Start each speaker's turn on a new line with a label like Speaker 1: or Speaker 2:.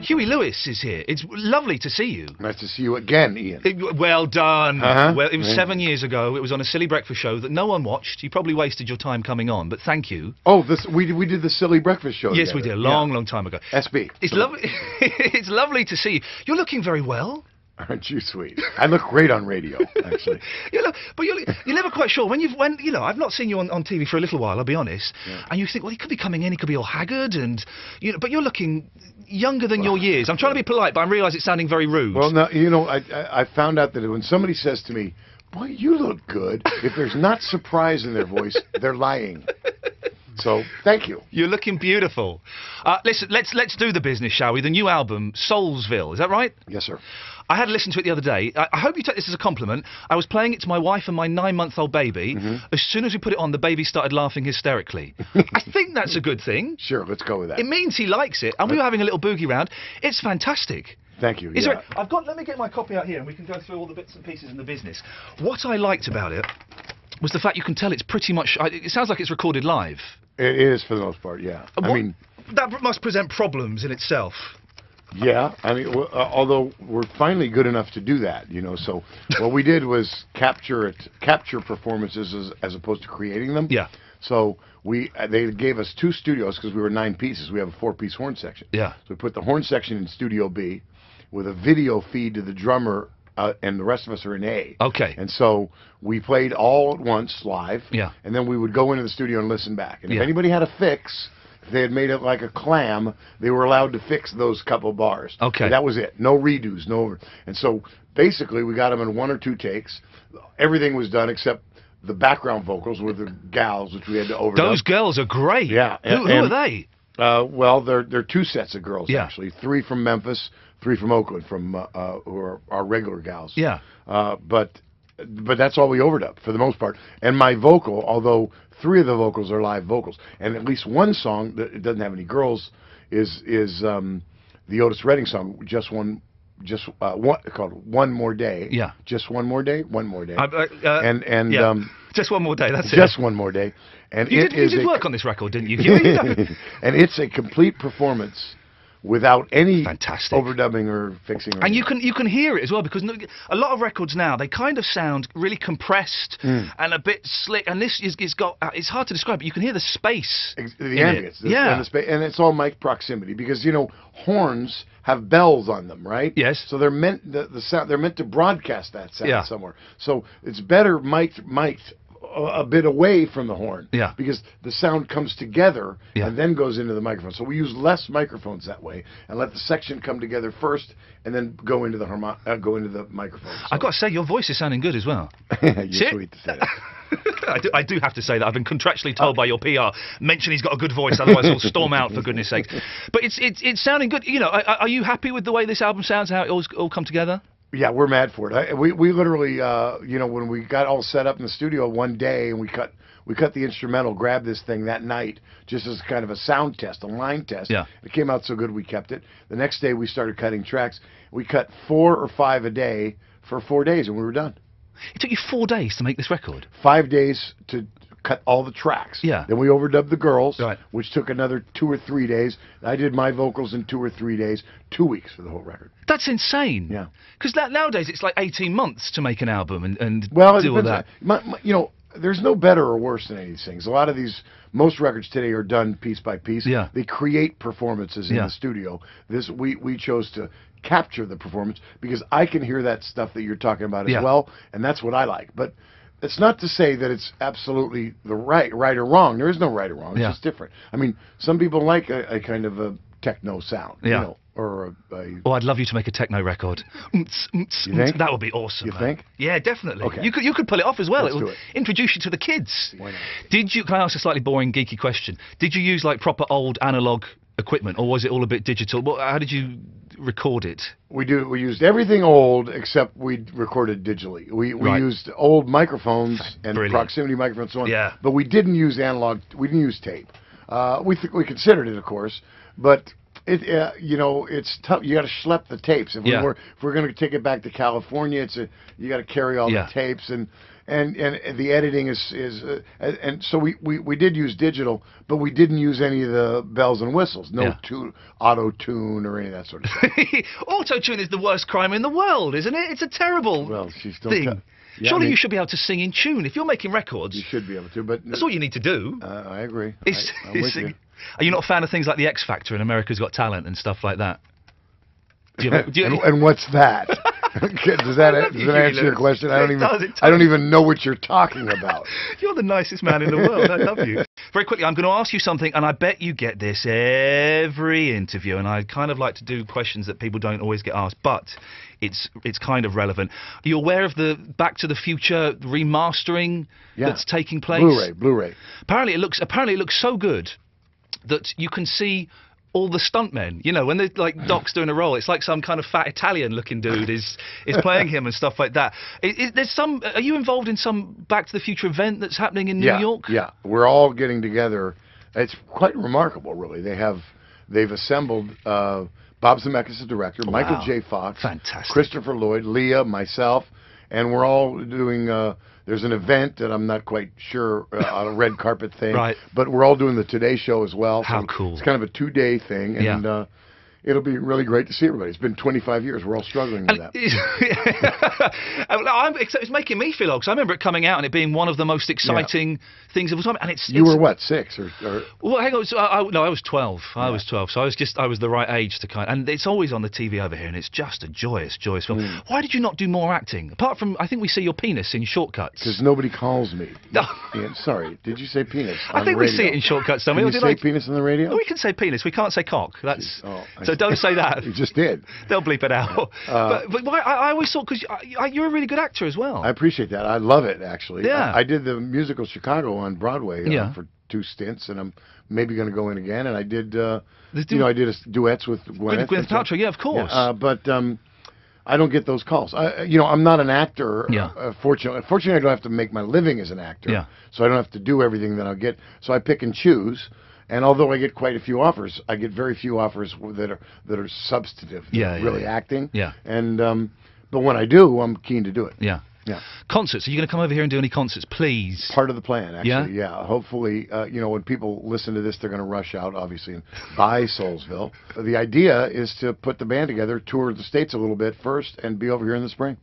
Speaker 1: Huey Lewis is here. It's lovely to see you.
Speaker 2: Nice to see you again, Ian.
Speaker 1: It- well done.
Speaker 2: Uh-huh.
Speaker 1: Well, it was
Speaker 2: Yeah.
Speaker 1: seven years ago. It was on a silly breakfast show that no one watched. You probably wasted your time coming on, but thank you.
Speaker 2: Oh, this we we did the silly breakfast show.
Speaker 1: yes, we did a
Speaker 2: together.
Speaker 1: long, long time ago.
Speaker 2: Yeah. SB.
Speaker 1: It's
Speaker 2: So-
Speaker 1: lovely. it's lovely to see you. You're looking very well.
Speaker 2: Aren't you sweet? I look great on radio, actually.
Speaker 1: You look, but you're, you're never quite sure when you've when you know. I've not seen you on, on TV for a little while. I'll be honest. And you think, well, he could be coming in. He could be all haggard, and you know. But you're looking younger than your years. I'm trying to be polite, but I realise it's sounding very rude.
Speaker 2: well, no, you know, I, I I found out that when somebody says to me, "Boy, you look good," if there's not surprise in their voice, they're lying. So thank you.
Speaker 1: You're looking beautiful. Uh, listen, let's let's do the business, shall we? The new album, Soulsville. Is that right?
Speaker 2: Yes, sir.
Speaker 1: I had listened to it the other day. I, I hope you take this as a compliment. I was playing it to my wife and my nine-month-old baby. As soon as we put it on, the baby started laughing hysterically. I think that's a good thing.
Speaker 2: Sure, let's go with that.
Speaker 1: It means he likes it, and we were having a little boogie round. It's fantastic.
Speaker 2: Thank you.
Speaker 1: Is
Speaker 2: yeah.
Speaker 1: there? I've got. Let me get my copy out here, and we can go through all the bits and pieces in the business. What I liked about it was the fact you can tell it's pretty much. I- It sounds like it's recorded live.
Speaker 2: It is for the most part. Yeah. I
Speaker 1: What-
Speaker 2: mean,
Speaker 1: that must present problems in itself.
Speaker 2: Yeah, I mean, w- uh, although we're finally good enough to do that, you know. So what we did was capture it, capture performances as, as opposed to creating them.
Speaker 1: Yeah.
Speaker 2: So we uh, they gave us two studios because we were nine pieces. We have a four-piece horn section.
Speaker 1: Yeah.
Speaker 2: So we put the horn section in Studio B, with a video feed to the drummer, uh, and the rest of us are in A.
Speaker 1: Okay.
Speaker 2: And so we played all at once live.
Speaker 1: Yeah.
Speaker 2: And then we would go into the studio and listen back. And
Speaker 1: Yeah.
Speaker 2: if anybody had a fix, if they had made it like a clam, they were allowed to fix those couple bars.
Speaker 1: Okay.
Speaker 2: And that was it. No redos. No. And so basically, we got them in one or two takes. Everything was done except the background vocals were the gals, which we had to overdub.
Speaker 1: Those girls are great.
Speaker 2: Yeah,
Speaker 1: Who, who are
Speaker 2: and-
Speaker 1: they?
Speaker 2: Uh, well, they're they're two sets of girls
Speaker 1: Yeah.
Speaker 2: actually. Three from Memphis, three from Oakland, from uh, uh, who are our regular gals.
Speaker 1: Yeah.
Speaker 2: Uh, but but that's all we overdubbed for the most part. And my vocal, although three of the vocals are live vocals, and at least one song that it doesn't have any girls is is um, the Otis Redding song. Just one, just uh, one called one more day.
Speaker 1: Yeah.
Speaker 2: Just one more day. One more day.
Speaker 1: I- I- uh,
Speaker 2: and and
Speaker 1: yeah.
Speaker 2: um,
Speaker 1: just one more day. That's it.
Speaker 2: just one more day. And
Speaker 1: You
Speaker 2: it
Speaker 1: did, you
Speaker 2: is
Speaker 1: did
Speaker 2: a
Speaker 1: work on this record, didn't you? Hugh?
Speaker 2: and it's a complete performance without any
Speaker 1: Fantastic.
Speaker 2: overdubbing or fixing. Or
Speaker 1: and you
Speaker 2: anything.
Speaker 1: can you can hear it as well because no- a lot of records now they kind of sound really compressed
Speaker 2: Hmm.
Speaker 1: and a bit slick. And this is it's got uh, it's hard to describe, but you can hear the space.
Speaker 2: Ex- the
Speaker 1: in it.
Speaker 2: ambience, the-
Speaker 1: yeah.
Speaker 2: and, the spa- and it's all mic proximity because you know horns have bells on them, right?
Speaker 1: Yes.
Speaker 2: So they're meant the, the sound they're meant to broadcast that sound
Speaker 1: Yeah.
Speaker 2: somewhere. So it's better mic'd mic'd a, a bit away from the horn.
Speaker 1: Yeah.
Speaker 2: Because the sound comes together
Speaker 1: Yeah.
Speaker 2: and then goes into the microphone. So we use less microphones that way and let the section come together first and then go into the harmon- uh, go into the microphone. So-
Speaker 1: I've got to say, your voice is sounding good as well.
Speaker 2: You're
Speaker 1: See?
Speaker 2: sweet to say that.
Speaker 1: I, do, I do have to say that I've been contractually told by your PR. Mention he's got a good voice, otherwise he'll storm out for goodness' sake. But it's it's it's sounding good. You know, are, are you happy with the way this album sounds? How it all all come together?
Speaker 2: Yeah, we're mad for it. I, we we literally, uh, you know, when we got all set up in the studio one day and we cut we cut the instrumental, grabbed this thing that night just as kind of a sound test, a line test.
Speaker 1: Yeah.
Speaker 2: It came out so good we kept it. The next day we started cutting tracks. We cut four or five a day for four days and we were done.
Speaker 1: It took you four days to make this record.
Speaker 2: Five days to cut all the tracks.
Speaker 1: Yeah.
Speaker 2: Then we overdubbed the girls,
Speaker 1: Right.
Speaker 2: which took another two or three days. I did my vocals in two or three days, two weeks for the whole record.
Speaker 1: That's insane.
Speaker 2: Yeah.
Speaker 1: Because that nowadays it's like eighteen months to make an album and and
Speaker 2: Well, it
Speaker 1: do all
Speaker 2: depends
Speaker 1: that.
Speaker 2: on- my- my- you know, there's no better or worse than any of these things. A lot of these, most records today are done piece by piece.
Speaker 1: Yeah.
Speaker 2: They create performances in
Speaker 1: Yeah.
Speaker 2: the studio. This we we chose to capture the performance because I can hear that stuff that you're talking about as
Speaker 1: Yeah.
Speaker 2: well, and that's what I like. But it's not to say that it's absolutely the right right or wrong. There is no right or wrong. It's
Speaker 1: Yeah.
Speaker 2: just different. I mean, some people like a, a kind of a techno sound, you
Speaker 1: Yeah.
Speaker 2: know, or a, a
Speaker 1: Oh, I'd love you to make a techno record. Mts, mts,
Speaker 2: You
Speaker 1: mts.
Speaker 2: think?
Speaker 1: That would be awesome.
Speaker 2: You
Speaker 1: man.
Speaker 2: think?
Speaker 1: Yeah, definitely.
Speaker 2: Okay.
Speaker 1: You could you could pull it off as well.
Speaker 2: Let's
Speaker 1: it
Speaker 2: do
Speaker 1: would
Speaker 2: it.
Speaker 1: introduce you to the kids.
Speaker 2: Why not?
Speaker 1: Did you? Can I ask a slightly boring, geeky question? Did you use like proper old analog equipment, or was it all a bit digital? What, how did you record it?
Speaker 2: We do. We used everything old except we recorded digitally. We we
Speaker 1: Right.
Speaker 2: used old microphones and
Speaker 1: Brilliant.
Speaker 2: proximity microphones, and so on.
Speaker 1: Yeah.
Speaker 2: But we didn't use analog. We didn't use tape. Uh, we th- we considered it, of course, but it uh, you know it's tough. You got to schlep the tapes. If
Speaker 1: Yeah.
Speaker 2: we were if we're going to take it back to California, it's a you got to carry all
Speaker 1: Yeah.
Speaker 2: the tapes and and and the editing is is uh, and- and so we, we we did use digital, but we didn't use any of the bells and whistles, no
Speaker 1: Yeah.
Speaker 2: tu- auto tune or any of that sort of stuff.
Speaker 1: Auto tune is the worst crime in the world, isn't it? It's a terrible
Speaker 2: well, she's still
Speaker 1: thing.
Speaker 2: Yeah, I
Speaker 1: Surely
Speaker 2: mean-
Speaker 1: you should be able to sing in tune if you're making records.
Speaker 2: you should be able to, but
Speaker 1: That's all you need to do.
Speaker 2: uh, I agree.
Speaker 1: Is-
Speaker 2: I, am
Speaker 1: is
Speaker 2: with
Speaker 1: sing-
Speaker 2: you.
Speaker 1: Are you not a fan of things like The X Factor and America's Got Talent and stuff like that? Do you, do you-
Speaker 2: and, and what's that? does that
Speaker 1: love
Speaker 2: does
Speaker 1: you,
Speaker 2: that answer your
Speaker 1: Felix.
Speaker 2: question? I don't
Speaker 1: It
Speaker 2: even
Speaker 1: does, it
Speaker 2: I don't even know what you're talking about.
Speaker 1: You're the nicest man in the world. I love you. Very quickly, I'm going to ask you something, and I bet you get this every interview. And I kind of like to do questions that people don't always get asked, but it's it's kind of relevant. Are you aware of the Back to the Future remastering
Speaker 2: Yeah.
Speaker 1: that's taking place?
Speaker 2: Blu-ray, Blu-ray.
Speaker 1: Apparently, it looks apparently it looks so good that you can see. All the stuntmen, you know, when they like Doc's doing a role, it's like some kind of fat Italian-looking dude is is playing him and stuff like that. Is, is there's some? Are you involved in some Back to the Future event that's happening in New
Speaker 2: yeah,
Speaker 1: York?
Speaker 2: Yeah, we're all getting together. It's quite remarkable, really. They have they've assembled uh, Bob Zemeckis, the director, Michael
Speaker 1: Wow.
Speaker 2: J. Fox,
Speaker 1: Fantastic.
Speaker 2: Christopher Lloyd, Leah, myself, and we're all doing. Uh, there's an event that I'm not quite sure uh, on a red carpet thing,
Speaker 1: Right.
Speaker 2: But we're all doing the Today Show as well.
Speaker 1: How cool.
Speaker 2: It's kind of a two day thing,
Speaker 1: Yeah.
Speaker 2: and uh, it'll be really great to see everybody. It's been 25 years. We're all struggling with that.
Speaker 1: Oh, no, I'm, it's, it's making me feel old 'cause I remember it coming out and it being one of the most exciting things of all time. And it's
Speaker 2: You
Speaker 1: it's-
Speaker 2: were what six or, or
Speaker 1: well, hang on. So I, I, no, I was twelve. I was twelve, so I was just I was the right age to kind. And it's always on the TV over here, and it's just a joyous, joyous film.
Speaker 2: Mm.
Speaker 1: Why did you not do more acting? Apart from, I think we see your penis in
Speaker 2: Because
Speaker 1: shortcuts.
Speaker 2: nobody calls me.
Speaker 1: No.
Speaker 2: Yeah, sorry, did you say penis?
Speaker 1: I
Speaker 2: on
Speaker 1: think
Speaker 2: the
Speaker 1: we see
Speaker 2: radio?
Speaker 1: it in shortcuts, don't we?
Speaker 2: Did
Speaker 1: Or
Speaker 2: you
Speaker 1: did
Speaker 2: say
Speaker 1: I-
Speaker 2: penis on the radio?
Speaker 1: No, we can say penis. We can't say cock. That's
Speaker 2: Oh, I
Speaker 1: so.
Speaker 2: see. Uh,
Speaker 1: Don't say that.
Speaker 2: You just did.
Speaker 1: They'll bleep it out. but but why, I, I always thought because you're a really good actor as well.
Speaker 2: I appreciate that. I love it, actually.
Speaker 1: Yeah.
Speaker 2: I, I did the musical Chicago on Broadway uh,
Speaker 1: Yeah.
Speaker 2: for two stints, and I'm maybe going to go in again. And I did, uh,
Speaker 1: There's
Speaker 2: you
Speaker 1: du-
Speaker 2: know, I did a s- duets with Gwyneth.
Speaker 1: Gwyneth
Speaker 2: and so-
Speaker 1: Paltrow, yeah, of course.
Speaker 2: uh, but um, I don't get those calls. I, you know, I'm not an actor.
Speaker 1: Yeah.
Speaker 2: Uh, fortunately, fortunately, I don't have to make my living as an actor.
Speaker 1: Yeah.
Speaker 2: So I don't have to do everything that I'll get. So I pick and choose. And although I get quite a few offers, I get very few offers w- that are that are substantive. that
Speaker 1: Yeah,
Speaker 2: are
Speaker 1: yeah,
Speaker 2: Really
Speaker 1: yeah.
Speaker 2: acting.
Speaker 1: Yeah.
Speaker 2: And um, but when I do, I'm keen to do it.
Speaker 1: Yeah.
Speaker 2: Yeah.
Speaker 1: Concerts. Are you going to come over here and do any concerts, please?
Speaker 2: Part of the plan,
Speaker 1: Yeah?
Speaker 2: actually. Yeah. Hopefully, uh, you know, when people listen to this, they're going to rush out, obviously, and buy Soulsville. The idea is to put the band together, tour the states a little bit first, and be over here in the spring.